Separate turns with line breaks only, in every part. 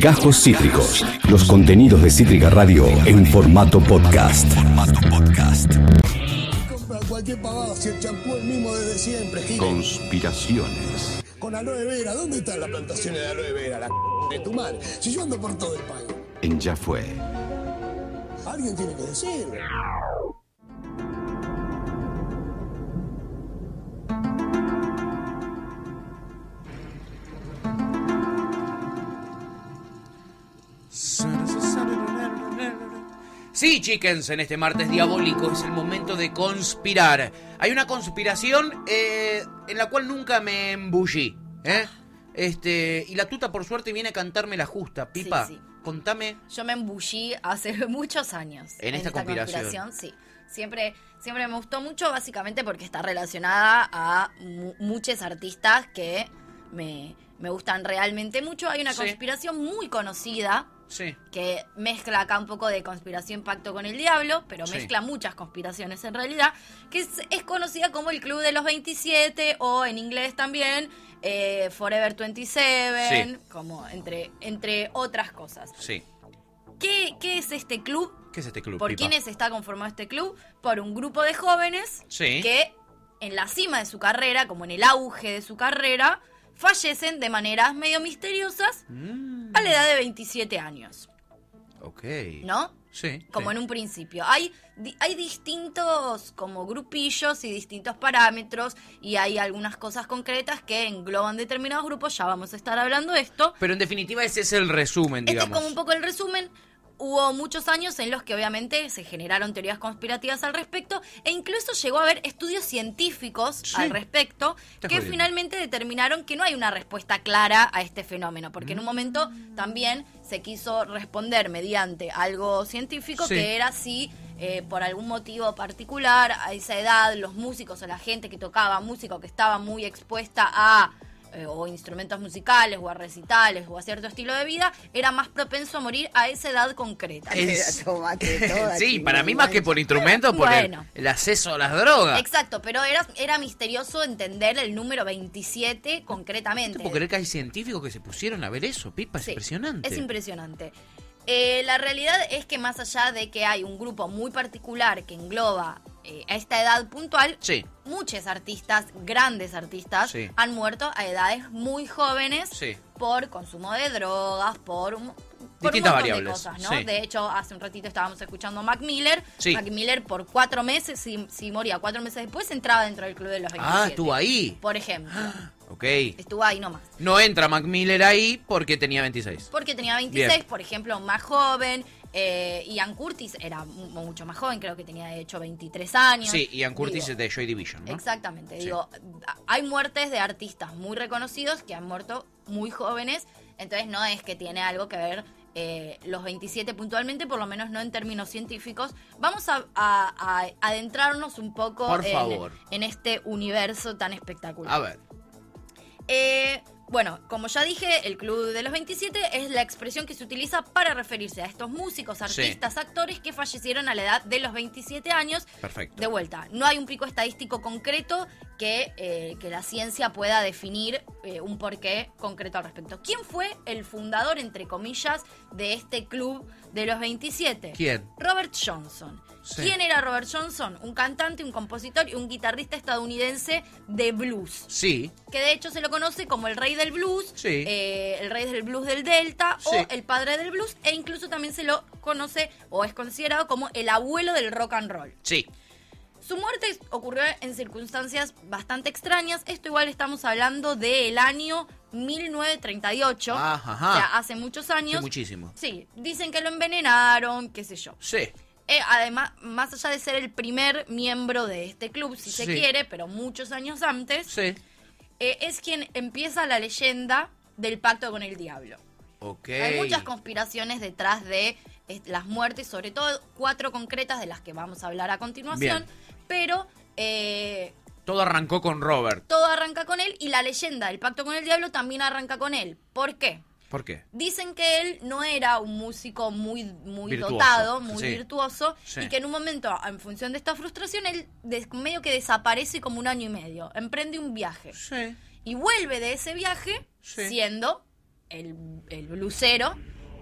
Gajos Cítricos. Los contenidos de Cítrica Radio en formato podcast.
Compran cualquier pavada, si el champú es el mismo desde siempre. Gil.
Conspiraciones.
Con aloe vera, ¿dónde están las plantaciones de aloe vera? La c de tu madre. Si yo ando por todo el país.
En Ya Fue.
Alguien tiene que decirme.
Sí, chickens, en este martes diabólico es el momento de conspirar. Hay una conspiración eh, en la cual nunca me embullí. ¿eh? Este, y la tuta, por suerte, viene a cantarme la justa. Pipa,
sí.
contame.
Yo me embullí hace muchos años.
En esta conspiración.
sí. Siempre, siempre me gustó mucho, básicamente porque está relacionada a mu- muchos artistas que me, me gustan realmente mucho. Hay una
Sí.
conspiración muy conocida
Sí.
que mezcla acá un poco de conspiración pacto con el diablo, pero
Sí.
mezcla muchas conspiraciones en realidad, que es, es conocida como el Club de los 27 o en inglés también eh, Forever 27,
Sí.
como entre, entre otras cosas.
Sí.
¿Qué, qué es este club?
¿Qué es este club?
¿Por
Pipa?
quiénes está conformado este club? Por un grupo de jóvenes
Sí.
que en la cima de su carrera, como en el auge de su carrera, fallecen de maneras medio misteriosas
Mm,
a la edad de 27 años,
ok.
¿no?
Sí.
Como
sí.
en un principio. Hay, di- hay distintos como grupillos y distintos parámetros y hay algunas cosas concretas que engloban determinados grupos, ya vamos a estar hablando de esto.
Pero en definitiva, ese es el resumen,
Este es
digamos.
como un poco el resumen. Hubo muchos años en los que obviamente se generaron teorías conspirativas al respecto e incluso llegó a haber estudios científicos
Sí.
al respecto
Estás
que
jodiendo.
finalmente determinaron que no hay una respuesta clara a este fenómeno, porque en un momento también se quiso responder mediante algo científico
Sí.
que era si eh, por algún motivo particular a esa edad los músicos o la gente que tocaba música o que estaba muy expuesta a eh, o instrumentos musicales o a recitales o a cierto estilo de vida era más propenso a morir a esa edad concreta.
Es-
Tomate toda,
sí,
chingada.
para mí más que por instrumentos, por el-
Bueno.
el, acceso a las drogas.
Exacto, pero era, era misterioso entender el número 27
No
concretamente.
puedo creer que hay científicos que se pusieron a ver eso, Pipa, es
Sí,
impresionante.
Es impresionante. Eh, la realidad es que más allá de que hay un grupo muy particular que engloba eh, a esta edad puntual,
Sí.
muchos artistas, grandes artistas,
Sí.
han muerto a edades muy jóvenes
Sí.
por consumo de drogas, por un... Por
Distintas
un montón
variables,
de cosas, ¿no?
sí.
De hecho, hace un ratito estábamos escuchando a Mac Miller.
Sí.
Mac Miller por cuatro meses, si, si moría cuatro meses después, entraba dentro del club de los 27.
Ah, estuvo ahí.
Por ejemplo,
Ok.
estuvo ahí nomás.
No entra Mac Miller ahí porque tenía 26.
Porque tenía 26,
Bien.
por ejemplo, más joven. Eh, Ian Curtis era mu- mucho más joven, creo que tenía de hecho 23 años.
Sí, Ian Curtis
Digo,
es de Joy Division, ¿no?
Exactamente,
Sí.
digo, a- hay muertes de artistas muy reconocidos que han muerto muy jóvenes, entonces no es que tiene algo que ver eh, los 27 puntualmente, por lo menos no en términos científicos. Vamos a, a- a adentrarnos un poco
Por
en-
favor.
en este universo tan espectacular.
A ver.
Eh, bueno, como ya dije, el Club de los 27 es la expresión que se utiliza para referirse a estos músicos, artistas, actores que fallecieron a la edad de los 27 años.
Perfecto.
De vuelta, no hay un pico estadístico concreto que, eh, que la ciencia pueda definir eh, un porqué concreto al respecto. ¿Quién fue el fundador, entre comillas, de este Club de los 27?
¿Quién?
Robert Johnson.
Sí.
¿Quién era Robert Johnson? Un cantante, un compositor y un guitarrista estadounidense de blues
Sí.
que de hecho se lo conoce como el rey del blues,
Sí.
eh, el rey del blues del Delta
Sí.
o el padre del blues, e incluso también se lo conoce o es considerado como el abuelo del rock and roll.
Sí.
Su muerte ocurrió en circunstancias bastante extrañas, esto igual estamos hablando del año 1938,
Ajá, ajá.
o sea, hace muchos años.
Sí, muchísimo.
Sí, dicen que lo envenenaron, qué sé yo.
Sí.
Eh, además, más allá de ser el primer miembro de este club, si se
Sí.
quiere, pero muchos años antes,
Sí.
eh, es quien empieza la leyenda del pacto con el diablo.
Ok.
Hay muchas conspiraciones detrás de eh, las muertes, sobre todo cuatro concretas de las que vamos a hablar a continuación, pero eh,
Todo arrancó con Robert.
todo arranca con él y la leyenda del pacto con el diablo también arranca con él. ¿Por qué?
¿Por qué?
Dicen que él no era un músico muy, muy
Virtuoso,
dotado, muy
sí.
virtuoso,
Sí.
y que en un momento, en función de esta frustración, él des- medio que desaparece como un año y medio, emprende un viaje
Sí.
y vuelve de ese viaje
Sí.
siendo el, el blusero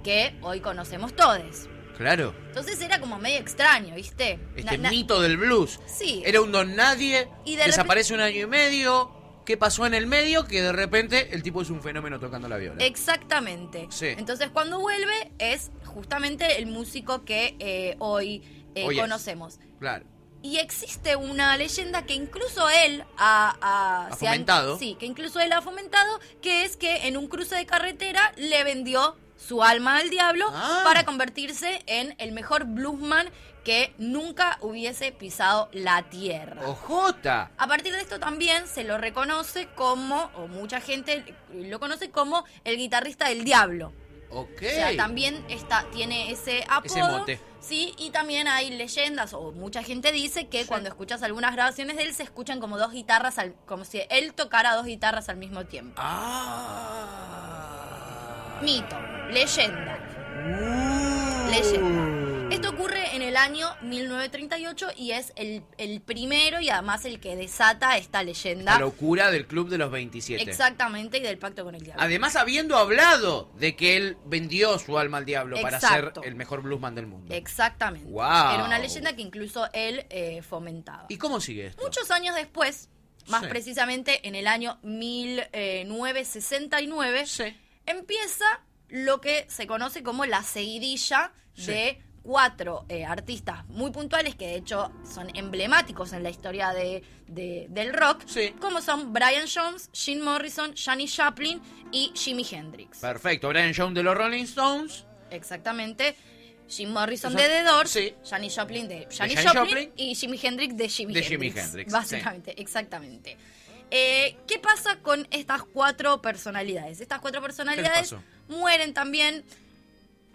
que hoy conocemos todos.
Claro.
Entonces era como medio extraño, ¿viste?
Este
Na- na-
mito del blues.
Sí.
Era un don nadie.
Y de
desaparece un año y medio. ¿Qué pasó en el medio? Que de repente el tipo es un fenómeno tocando la viola.
Exactamente.
Sí.
Entonces cuando vuelve es justamente el músico que eh, hoy, eh,
Hoy es.
conocemos.
claro.
Y existe una leyenda que incluso él ha, ha-
Ha
se han-
fomentado.
sí, que incluso él ha fomentado, que es que en un cruce de carretera le vendió su alma al diablo
Ah.
para convertirse en el mejor bluesman que nunca hubiese pisado la tierra.
Oh. ¡Ojota!
A partir de esto también se lo reconoce como, o mucha gente lo conoce como el guitarrista del diablo.
Ok.
O sea, también está, tiene ese apodo.
mote.
Sí, y también hay leyendas, o mucha gente dice que cuando escuchas algunas grabaciones de él se escuchan como dos guitarras, al- como si él tocara dos guitarras al mismo tiempo.
Ah. Uh.
Mito, leyenda, leyenda. Esto ocurre en el año 1938 y es el, el primero y además el que desata esta leyenda.
La locura del club de los 27.
Exactamente, y del pacto con el diablo.
Además, habiendo hablado de que él vendió su alma al diablo para
Exacto.
ser el mejor bluesman del mundo.
Exactamente.
Guau.
Era una leyenda que incluso él eh, fomentaba.
¿Y cómo sigue esto?
Muchos años después, más
Sí.
precisamente en el año eh, 1969,
Sí.
empieza lo que se conoce como la seguidilla
Sí.
de cuatro eh, artistas muy puntuales que de hecho son emblemáticos en la historia de, de- del rock,
Sí.
como son Brian Jones, Gene Morrison, Janis Joplin y Jimi Hendrix.
Perfecto. Brian Jones de los Rolling Stones.
Exactamente. Jim Morrison
Eso-
de The Doors,
sí.
Janis Joplin de Janis
Janis
Joplin,
Joplin.
y Jimi Hendrix de Jimi
De
Hendrix.
Jimi Hendrix,
Básicamente, exactamente. Eh, ¿Qué pasa con estas cuatro personalidades? Estas cuatro personalidades
pasó?
mueren también.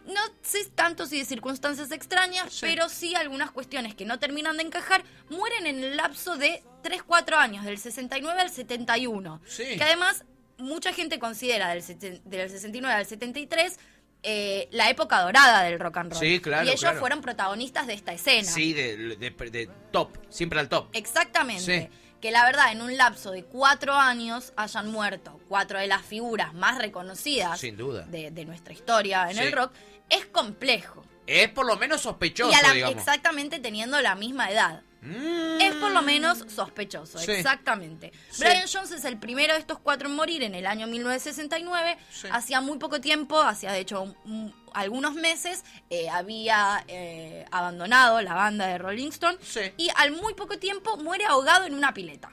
No sé tanto si de circunstancias extrañas,
Sí.
pero sí algunas cuestiones que no terminan de encajar, mueren en el lapso de 3-4 años, del 69 al 71.
Sí.
Que además, mucha gente considera del, seten- del 69 al 73 eh, la época dorada del rock and roll.
Sí, claro,
Y ellos
claro.
fueron protagonistas de esta escena.
Sí, de, de- de top. Siempre al top.
Exactamente.
Sí.
Que la verdad, en un lapso de cuatro años hayan muerto cuatro de las figuras más reconocidas
Sin duda.
De, de nuestra historia en
Sí.
el rock, es complejo.
Es por lo menos sospechoso,
y a la-
digamos.
exactamente teniendo la misma edad.
Mm.
Es por lo menos sospechoso,
Sí.
exactamente.
Sí.
Brian Jones es el primero de estos cuatro en morir en el año 1969.
Sí.
Hacía muy poco tiempo, hacía de hecho un- un- algunos meses, eh, había eh, abandonado la banda de Rolling Stone
Sí.
y al muy poco tiempo muere ahogado en una pileta.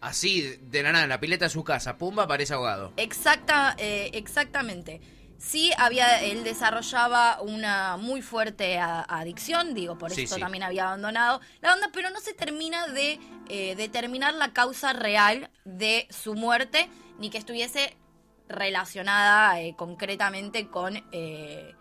Así, de la nada, en la pileta de su casa. Pumba, parece ahogado.
Exacta, eh, exactamente. Sí, había, él desarrollaba una muy fuerte a- adicción, digo, por
Sí,
eso
sí.
también había abandonado la banda, pero no se termina de eh, determinar la causa real de su muerte, ni que estuviese relacionada eh, concretamente con, eh,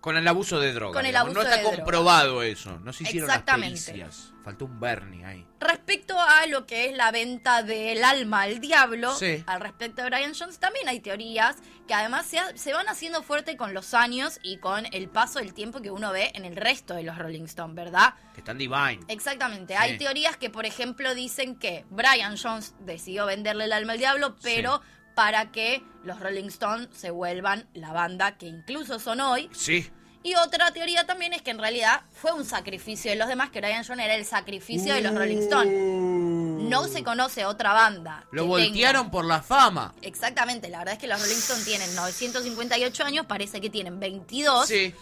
Con el abuso de droga.
Con el
digamos.
abuso
no está
de droga.
comprobado eso. No se hicieron las
Exactamente.
pericias. Faltó un Bernie ahí.
Respecto a lo que es la venta del alma al diablo,
Sí.
al respecto de Brian Jones, también hay teorías que además se, ha- se van haciendo fuerte con los años y con el paso del tiempo que uno ve en el resto de los Rolling Stones, ¿verdad?
Que están divine.
Exactamente.
Sí.
Hay teorías que, por ejemplo, dicen que Brian Jones decidió venderle el alma al diablo, pero
Sí.
para que los Rolling Stones se vuelvan la banda que incluso son hoy.
Sí.
Y otra teoría también es que en realidad fue un sacrificio de los demás, que Brian Jones era el sacrificio de los Rolling Stones. No se conoce otra banda.
Mm. Lo
que
voltearon por la fama.
tenga- Exactamente, la verdad es que los Rolling Stones tienen 958 años, parece que tienen 22.
Sí.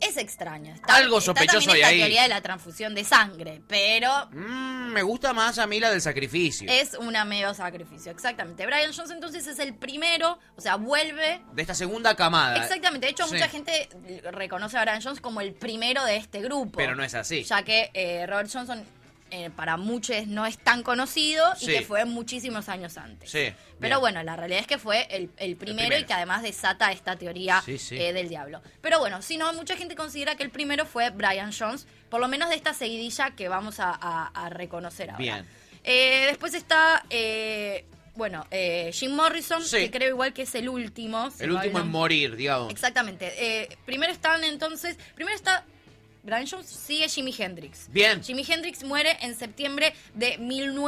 Es extraño.
Algo sospechoso
está también
hay
esta
ahí.
teoría de la transfusión de sangre, pero
Mm, me gusta más a mí la del sacrificio.
es un medio sacrificio. Exactamente. Brian Jones entonces es el primero, o sea, vuelve.
De esta segunda camada.
Exactamente, de hecho
Sí.
mucha gente reconoce a Brian Jones como el primero de este grupo.
Pero no es así.
Ya que eh, Robert Johnson eh, para muchos no es tan conocido
Sí.
y que fue muchísimos años antes.
Sí, bien.
Pero bueno, la realidad es que fue el, el primero
primero.
y que además desata esta teoría
Sí, sí.
eh, del diablo. Pero bueno, si no, mucha gente considera que el primero fue Brian Jones, por lo menos de esta seguidilla que vamos a, a- a reconocer ahora.
Bien.
Eh, después está, eh, bueno, eh, Jim Morrison,
Sí.
que creo igual que es el último. si
El
no
último en
hablan-
morir, digamos.
Exactamente. Eh, primero están entonces. Primero está Brian Jones sigue Jimi Hendrix.
Bien.
Jimi Hendrix muere en septiembre de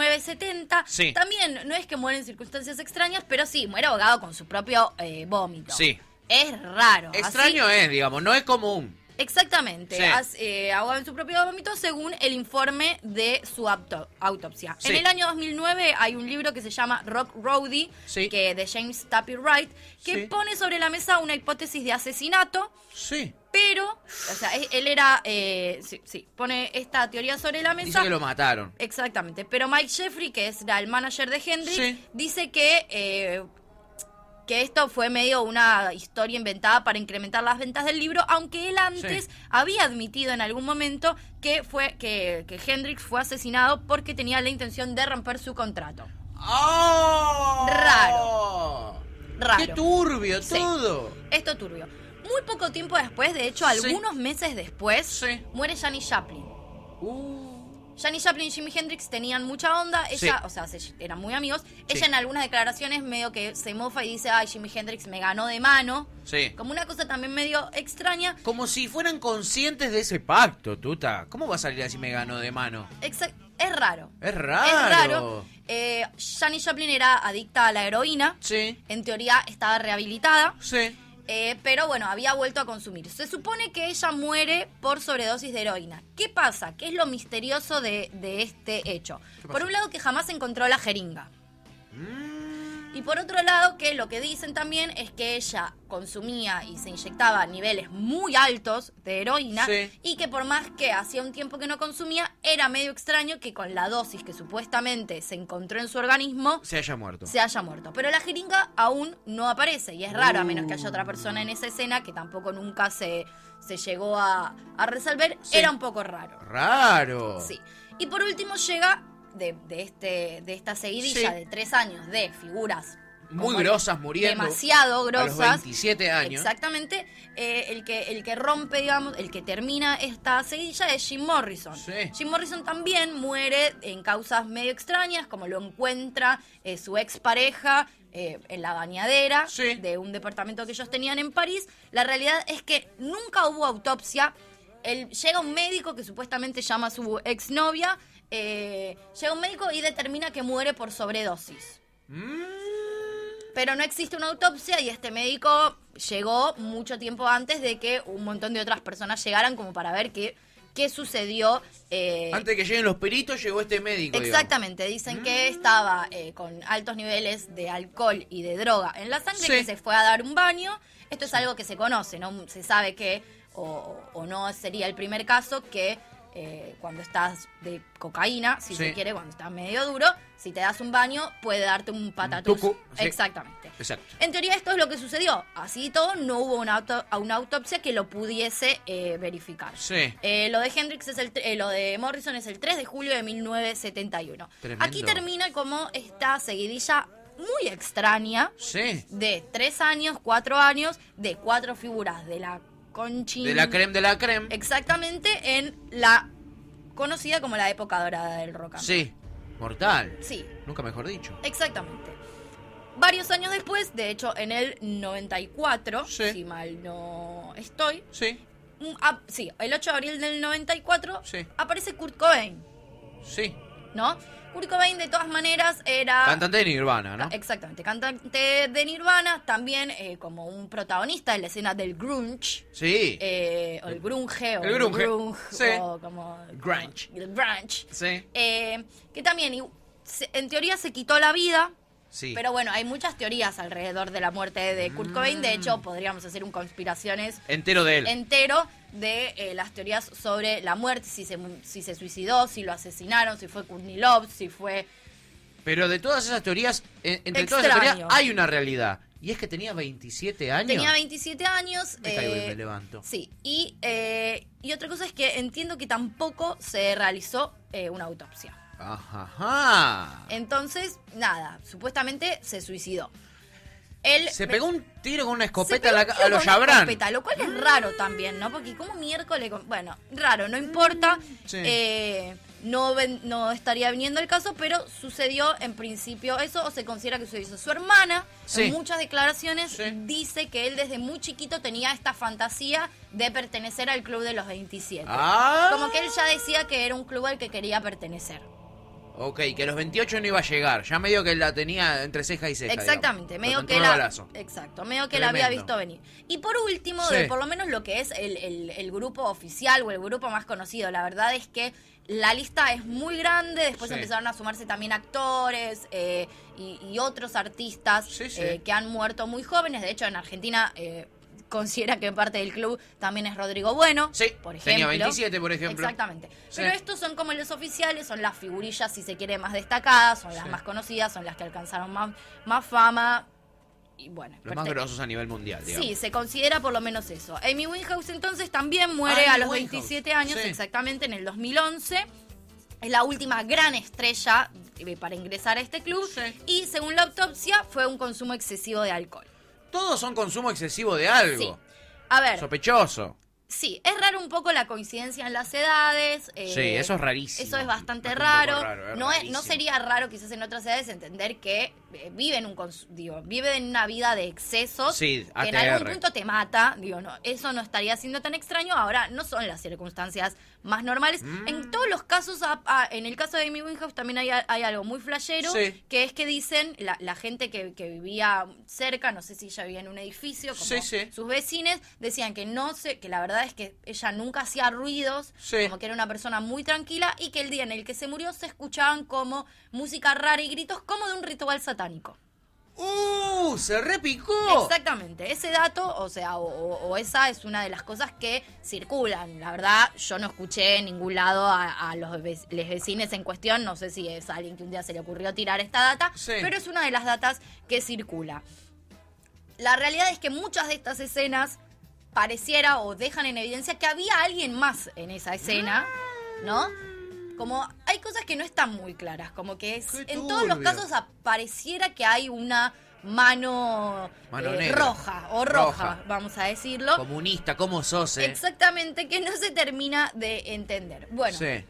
1970.
Sí.
También no es que muere en circunstancias extrañas, pero sí, muere ahogado con su propio eh, vómito.
Sí.
Es raro.
Extraño
Así-
es, digamos, no es común.
Exactamente.
Sí.
As- eh, ahogado en su propio vómito según el informe de su auto- autopsia.
Sí.
En el año 2009 hay un libro que se llama Rock Roadie,
Sí.
que de James Tuppy Wright, que
Sí.
pone sobre la mesa una hipótesis de asesinato
Sí.
pero, o sea, e- él era, eh, sí, sí, pone esta teoría sobre la
Dice
mesa.
que lo mataron.
Exactamente, pero Mike Jeffrey, que es la- el manager de Hendrix,
Sí.
dice que, eh, que esto fue medio una historia inventada para incrementar las ventas del libro, aunque él antes
Sí.
había admitido en algún momento que, fue, que, que Hendrix fue asesinado porque tenía la intención de romper su contrato.
¡Oh!
Raro. Raro.
¡Qué turbio
Sí.
todo!
Esto turbio. Muy poco tiempo después, de hecho,
Sí.
algunos meses después,
Sí.
muere Janis Joplin.
Uh,
Janis Joplin y Jimi Hendrix tenían mucha onda, ella,
Sí.
o sea, se- eran muy amigos. Ella en algunas declaraciones medio que se mofa y dice, ay, Jimi Hendrix me ganó de mano.
Sí.
Como una cosa también medio extraña.
Como si fueran conscientes de ese pacto, tuta. ¿Cómo va a salir así me ganó de mano?
Exa- es raro.
Es
Es
raro.
raro. Eh, Janis Joplin era adicta a la heroína.
Sí.
En teoría estaba rehabilitada.
Sí.
Eh, pero bueno, había vuelto a consumir. Se supone que ella muere por sobredosis de heroína. ¿Qué pasa? ¿Qué es lo misterioso de, de este hecho? Por un lado, que jamás encontró la jeringa. Y por otro lado, que lo que dicen también es que ella consumía y se inyectaba a niveles muy altos de heroína
Sí.
y que por más que hacía un tiempo que no consumía, era medio extraño que con la dosis que supuestamente se encontró en su organismo
Se haya muerto.
se haya muerto. Pero la jeringa aún no aparece y es raro, a menos que haya otra persona en esa escena que tampoco nunca se, se llegó a, a resolver.
Sí.
Era un poco raro.
Raro.
Sí. Y por último llega de, de este, de esta seguidilla
Sí.
de tres años de figuras.
Muy
como
grosas muriendo.
Demasiado
a los
grosas.
27 años.
Exactamente. eh, el, que, el que rompe, digamos, el que termina esta seguilla es Jim Morrison.
Sí.
Jim Morrison también muere en causas medio extrañas, como lo encuentra eh, su expareja eh, en la bañadera
Sí.
de un departamento que ellos tenían en París. La realidad es que nunca hubo autopsia. Él- llega un médico que supuestamente llama a su exnovia. eh, llega un médico y determina que muere por sobredosis. Pero no existe una autopsia y este médico llegó mucho tiempo antes de que un montón de otras personas llegaran como para ver qué, qué sucedió. eh,
Antes de que lleguen los peritos, llegó este médico. Mm. digamos.
Exactamente, dicen que estaba eh, con altos niveles de alcohol y de droga en la sangre,
Sí.
que se fue a dar un baño. Esto es algo que se conoce, ¿no? Se sabe que, o, o no sería el primer caso, que eh, cuando estás de cocaína, si
Sí.
se quiere, cuando estás medio duro, si te das un baño, puede darte un patatús.
tucu, sí.
Exactamente.
Exacto.
En teoría esto es lo que sucedió. Así y todo, no hubo una, auto- una autopsia que lo pudiese eh, verificar.
Sí.
Eh, lo de Hendrix es el, tre- eh, lo de Morrison es el 3 de julio de 1971.
Tremendo.
Aquí termina como esta seguidilla muy extraña
Sí.
de tres años, cuatro años, de cuatro figuras de la conchín.
De la creme de la creme.
Exactamente en la conocida como la época dorada del rock. and roll.
Sí. Mortal.
Sí,
Nunca mejor dicho.
Exactamente. Varios años después, de hecho en el 94,
Sí.
si mal no estoy,
Sí.
un- ah, sí, el 8 de abril del 94
Sí.
aparece Kurt Cobain,
Sí.
¿no? Kurt Cobain de todas maneras era...
Cantante de Nirvana, ¿no?
Exactamente, cantante de Nirvana, también eh, como un protagonista de la escena del grunge.
Sí.
eh, o el grunge, o
El grunge, sí.
o como...
Grunge.
como- el grunge.
Sí.
Eh, que también, y- se- en teoría se quitó la vida,
Sí.
pero bueno, hay muchas teorías alrededor de la muerte de Kurt Cobain.
Mm.
De hecho, podríamos hacer un conspiraciones
Entero de él.
entero de eh, las teorías sobre la muerte, si se, mu- si se suicidó, si lo asesinaron, si fue Courtney Love, si fue...
Pero de todas esas teorías, en- entre todas esas
Extraño.
teorías, hay una realidad. Y es que tenía 27 años.
Tenía 27 años. eh,
Me caigo y me levanto.
Sí, y, eh, y otra cosa es que entiendo que tampoco se realizó eh, una autopsia.
Ajá, Ajá.
Entonces, nada, supuestamente se suicidó. Él
Se
Eh, me-
pegó un tiro con una
Se
escopeta
pegó
a, la
un
ca-
tiro
a los
con una
Jabrán.
escopeta, lo cual es raro también, ¿no? Porque como miércoles... con- Bueno, raro, no importa.
Sí.
Eh, no, ven- no estaría viniendo el caso, pero sucedió en principio eso, o se considera que sucedió. Su hermana,
Sí.
en muchas declaraciones,
Sí.
dice que él desde muy chiquito tenía esta fantasía de pertenecer al club de los 27.
Ah.
Como que él ya decía que era un club al que quería pertenecer.
Ok, que a los 28 no iba a llegar. Ya medio que la tenía entre ceja y ceja.
Exactamente,
digamos.
medio
Lo
que
tentó
la,
el balazo.
exacto, medio que la había
Tremendo.
visto venir. Y por último,
Sí.
de por lo menos lo que es el, el- el grupo oficial o el grupo más conocido, la verdad es que la lista es muy grande, después
Sí.
empezaron a sumarse también actores eh, y, y otros artistas
Sí, sí.
eh, que han muerto muy jóvenes, de hecho en Argentina... eh, considera que parte del club también es Rodrigo Bueno,
Sí,
por ejemplo.
tenía 27, por ejemplo.
Exactamente.
Sí.
Pero estos son como los oficiales, son las figurillas, si se quiere, más destacadas, son las
Sí.
más conocidas, son las que alcanzaron más, más fama. Y bueno,
Los más
pertene-
grosos a nivel mundial, digamos.
Sí, se considera por lo menos eso. Amy Winehouse entonces también muere
Ah,
a los
Winehouse.
27 años,
Sí.
exactamente en el 2011. Es la última gran estrella eh, para ingresar a este club.
Sí.
Y según la autopsia, fue un consumo excesivo de alcohol.
Todos son consumo excesivo de algo.
Sí. A ver,
Sospechoso.
Sí, es raro un poco la coincidencia en las edades. eh,
Sí, eso es rarísimo.
Eso es bastante
Es un poco
raro.
raro, es
no, es-
rarísimo.
no sería raro quizás en otras edades entender que eh, viven un cons- digo, viven una vida de excesos
Sí,
que en
ATR.
algún punto te mata. Digo, no, eso no estaría siendo tan extraño. Ahora no son las circunstancias más normales.
Mm.
En todos los casos, a- a- en el caso de Amy Winehouse también hay, a- hay algo muy flashero,
Sí.
que es que dicen la, la gente que, que vivía cerca, no sé si ella vivía en un edificio, como
Sí, sí.
sus vecines decían que no sé, que la verdad es que ella nunca hacía ruidos,
Sí.
como que era una persona muy tranquila y que el día en el que se murió se escuchaban como música rara y gritos como de un ritual satánico.
¡Uh! ¡Se repicó!
Exactamente, ese dato, o sea, o, o- o esa es una de las cosas que circulan. La verdad, yo no escuché en ningún lado a, a los ve- les vecines en cuestión, no sé si es alguien que un día se le ocurrió tirar esta data,
Sí.
pero es una de las datas que circula. La realidad es que muchas de estas escenas pareciera o dejan en evidencia que había alguien más en esa escena, ¿no? Como hay cosas que no están muy claras, como que es-
Qué
en todos los
turbio.
casos a- pareciera que hay una mano,
Mano
eh,
negra.
roja o roja,
Roja.
vamos a decirlo.
Comunista, ¿cómo sos? eh?
Exactamente, que no se termina de entender. Bueno,
Sí.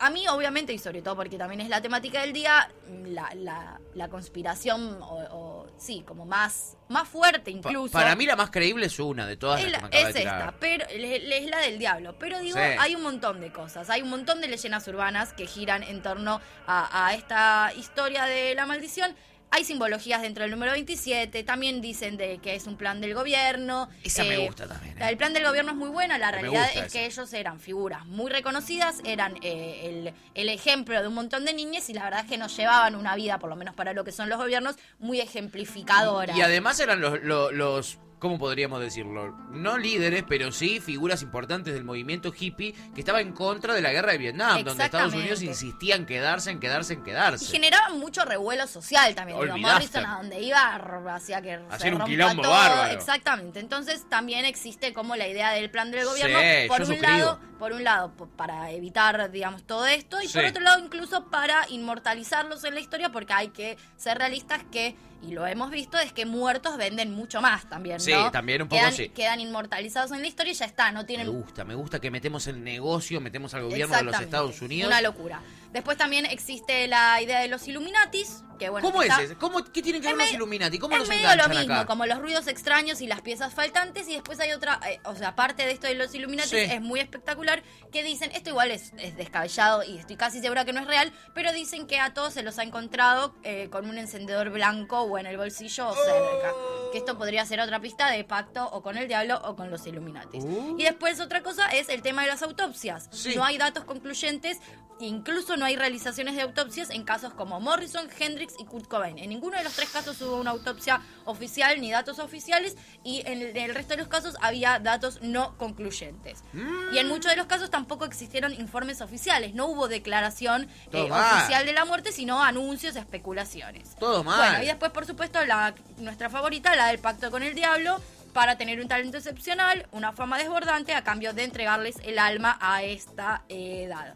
a mí obviamente, y sobre todo porque también es la temática del día, la, la- la conspiración, o, o- sí, como más, más fuerte
Pa-
incluso.
para mí la más creíble es una de todas
Es,
las
la-
que me acabas
es
de tirar.
esta, pero le- le- es la del diablo. Pero digo,
Sí.
hay un montón de cosas. Hay un montón de leyendas urbanas que giran en torno a, a esta historia de la maldición. Hay simbologías dentro del número 27. También dicen de que es un plan del gobierno.
Esa me gusta también, eh.
El plan del gobierno es muy bueno. La
Me
realidad es
gusta
que ellos eran figuras muy reconocidas, eran eh, el, el ejemplo de un montón de niñas y la verdad es que nos llevaban una vida, por lo menos para lo que son los gobiernos, muy ejemplificadora.
Y además eran los, lo- los- ¿cómo podríamos decirlo? No líderes, pero sí figuras importantes del movimiento hippie que estaba en contra de la guerra de Vietnam, donde Estados
Exactamente.
Unidos insistía en quedarse, en quedarse, en
Y
quedarse.
generaban mucho revuelo social también. Digo,
Olvidaste.
Morrison a donde iba r- hacía que
Hacían un quilombo bárbaro.
Exactamente. Entonces también existe como la idea del plan del gobierno.
Sí,
por
yo
un
suscribo.
lado, por un lado, po- para evitar, digamos, todo esto, y por
Sí.
otro lado, incluso para inmortalizarlos en la historia, porque hay que ser realistas que, y lo hemos visto, es que muertos venden mucho más también. ¿no?
Sí, también un poco
Quedan-
sí.
Quedan inmortalizados en la historia y ya está, no
Me
tienen
gusta, me gusta que metemos el negocio, metemos al gobierno de los
Exactamente.
Estados Unidos.
Una locura. Después también existe la idea de los Illuminatis, que bueno.
¿Cómo
que está-
es eso? ¿Cómo, ¿Qué tienen que
es
ver los
medio-
Illuminati? ¿Cómo
es
los
medio lo
enganchan
mismo,
acá?
como los ruidos extraños y las piezas faltantes. Y después hay otra, eh, o sea, aparte de esto de los Illuminati,
Sí.
es muy espectacular. Que dicen, esto igual es, es descabellado y estoy casi segura que no es real, pero dicen que a todos se los ha encontrado eh, con un encendedor blanco o en el bolsillo o cerca.
Oh.
Que esto podría ser otra pista de pacto o con el diablo o con los Illuminati. Y después otra cosa es el tema de las autopsias.
Uh. Sí.
No hay datos concluyentes. Incluso no hay realizaciones de autopsias en casos como Morrison, Hendrix y Kurt Cobain. En ninguno de los tres casos hubo una autopsia oficial ni datos oficiales y en el, en el resto de los casos había datos no concluyentes. Y en muchos de los casos tampoco existieron informes oficiales. No hubo declaración eh,
Tomá.
oficial de la muerte, sino anuncios, especulaciones.
Todo mal.
Bueno, y después, por supuesto, la, nuestra favorita, la del pacto con el diablo, para tener un talento excepcional, una fama desbordante, a cambio de entregarles el alma a esta eh, edad.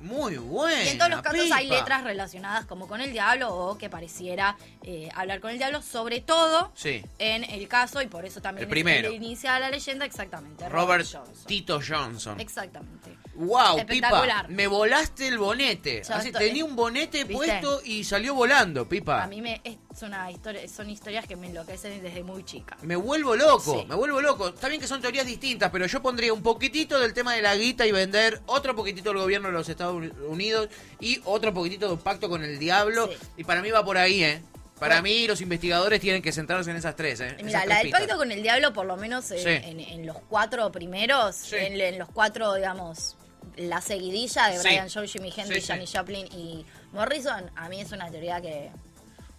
Muy bueno.
Y en todos los casos hay letras relacionadas como con el diablo o que pareciera eh, hablar con el diablo, sobre todo
Sí.
en el caso, y por eso también
El primero.
es el inicia la leyenda, exactamente.
Robert
Johnson.
Tito Johnson.
Exactamente.
Wow, Pipa,
Espectacular.
me volaste el bonete.
Yo
Así,
estoy-
tenía un bonete
¿Viste?
puesto y salió volando, Pipa.
A mí me, es una historia, son historias que me enloquecen desde muy chica.
Me vuelvo loco,
Sí.
me vuelvo loco. Está bien que son teorías distintas, pero yo pondría un poquitito del tema de la guita y vender, otro poquitito del gobierno de los Estados Unidos y otro poquitito de un pacto con el diablo.
Sí.
Y para mí va por ahí, ¿eh? Para
Bueno.
mí los investigadores tienen que centrarse en esas tres, ¿eh?
Y
Esas
Mira, la
tres
del
pistas.
pacto con el diablo, por lo menos en,
Sí.
en- en los cuatro primeros,
Sí.
en, en los cuatro, digamos, la seguidilla de
Sí.
Brian Joe, Jimi Hendrix,
sí.
Janis Joplin y Morrison, a mí es una teoría que,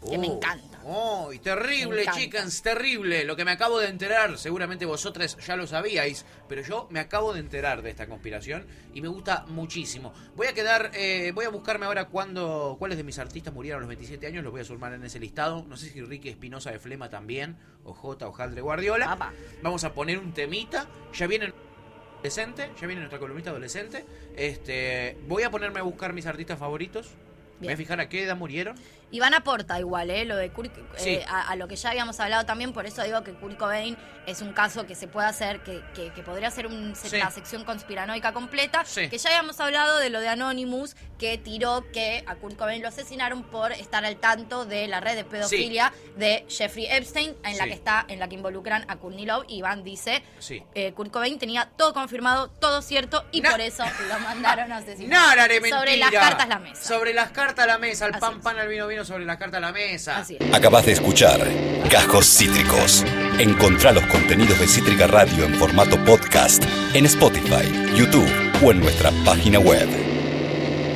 que me
Oh,
encanta.
¡Ay,
Me
terrible,
encanta.
chicas! Terrible. Lo que me acabo de enterar, seguramente vosotras ya lo sabíais, pero yo me acabo de enterar de esta conspiración y me gusta muchísimo. Voy a quedar, eh, voy a buscarme ahora cuándo, cuáles de mis artistas murieron a los 27 años, los voy a sumar en ese listado. No sé si Ricky Espinosa de Flema también, o J o Jaldre Guardiola.
Apa.
Vamos a poner un temita. Ya viene adolescente, ya viene nuestra columnista adolescente. Este, voy a ponerme a buscar mis artistas favoritos. Me Voy a
Bien.
fijar a qué edad murieron.
Y van aporta igual, ¿eh? Lo de Kurt,
Sí.
eh, a, a lo que ya habíamos hablado también, por eso digo que Kurt Cobain es un caso que se puede hacer, que, que- que podría ser un-
Sí.
una sección conspiranoica completa,
Sí.
que ya habíamos hablado de lo de Anonymous, que tiró que a Kurt Cobain lo asesinaron por estar al tanto de la red de pedofilia de Jeffrey Epstein, en la
Sí.
que está, en la que involucran a Courtney Love. Iván dice,
Sí.
eh, Kurt Cobain tenía todo confirmado, todo cierto, y
Na-
por eso lo mandaron a asesinar.
Nara de mentira.
Sobre las cartas la mesa.
Sobre las cartas la mesa. El
Así
pan,
es.
pan, el vino, vino sobre las cartas la mesa.
Así es.
Acabas de escuchar Cajos Cítricos. Encontrá los contenidos de Cítrica Radio en formato podcast en Spotify, YouTube o en nuestra página web.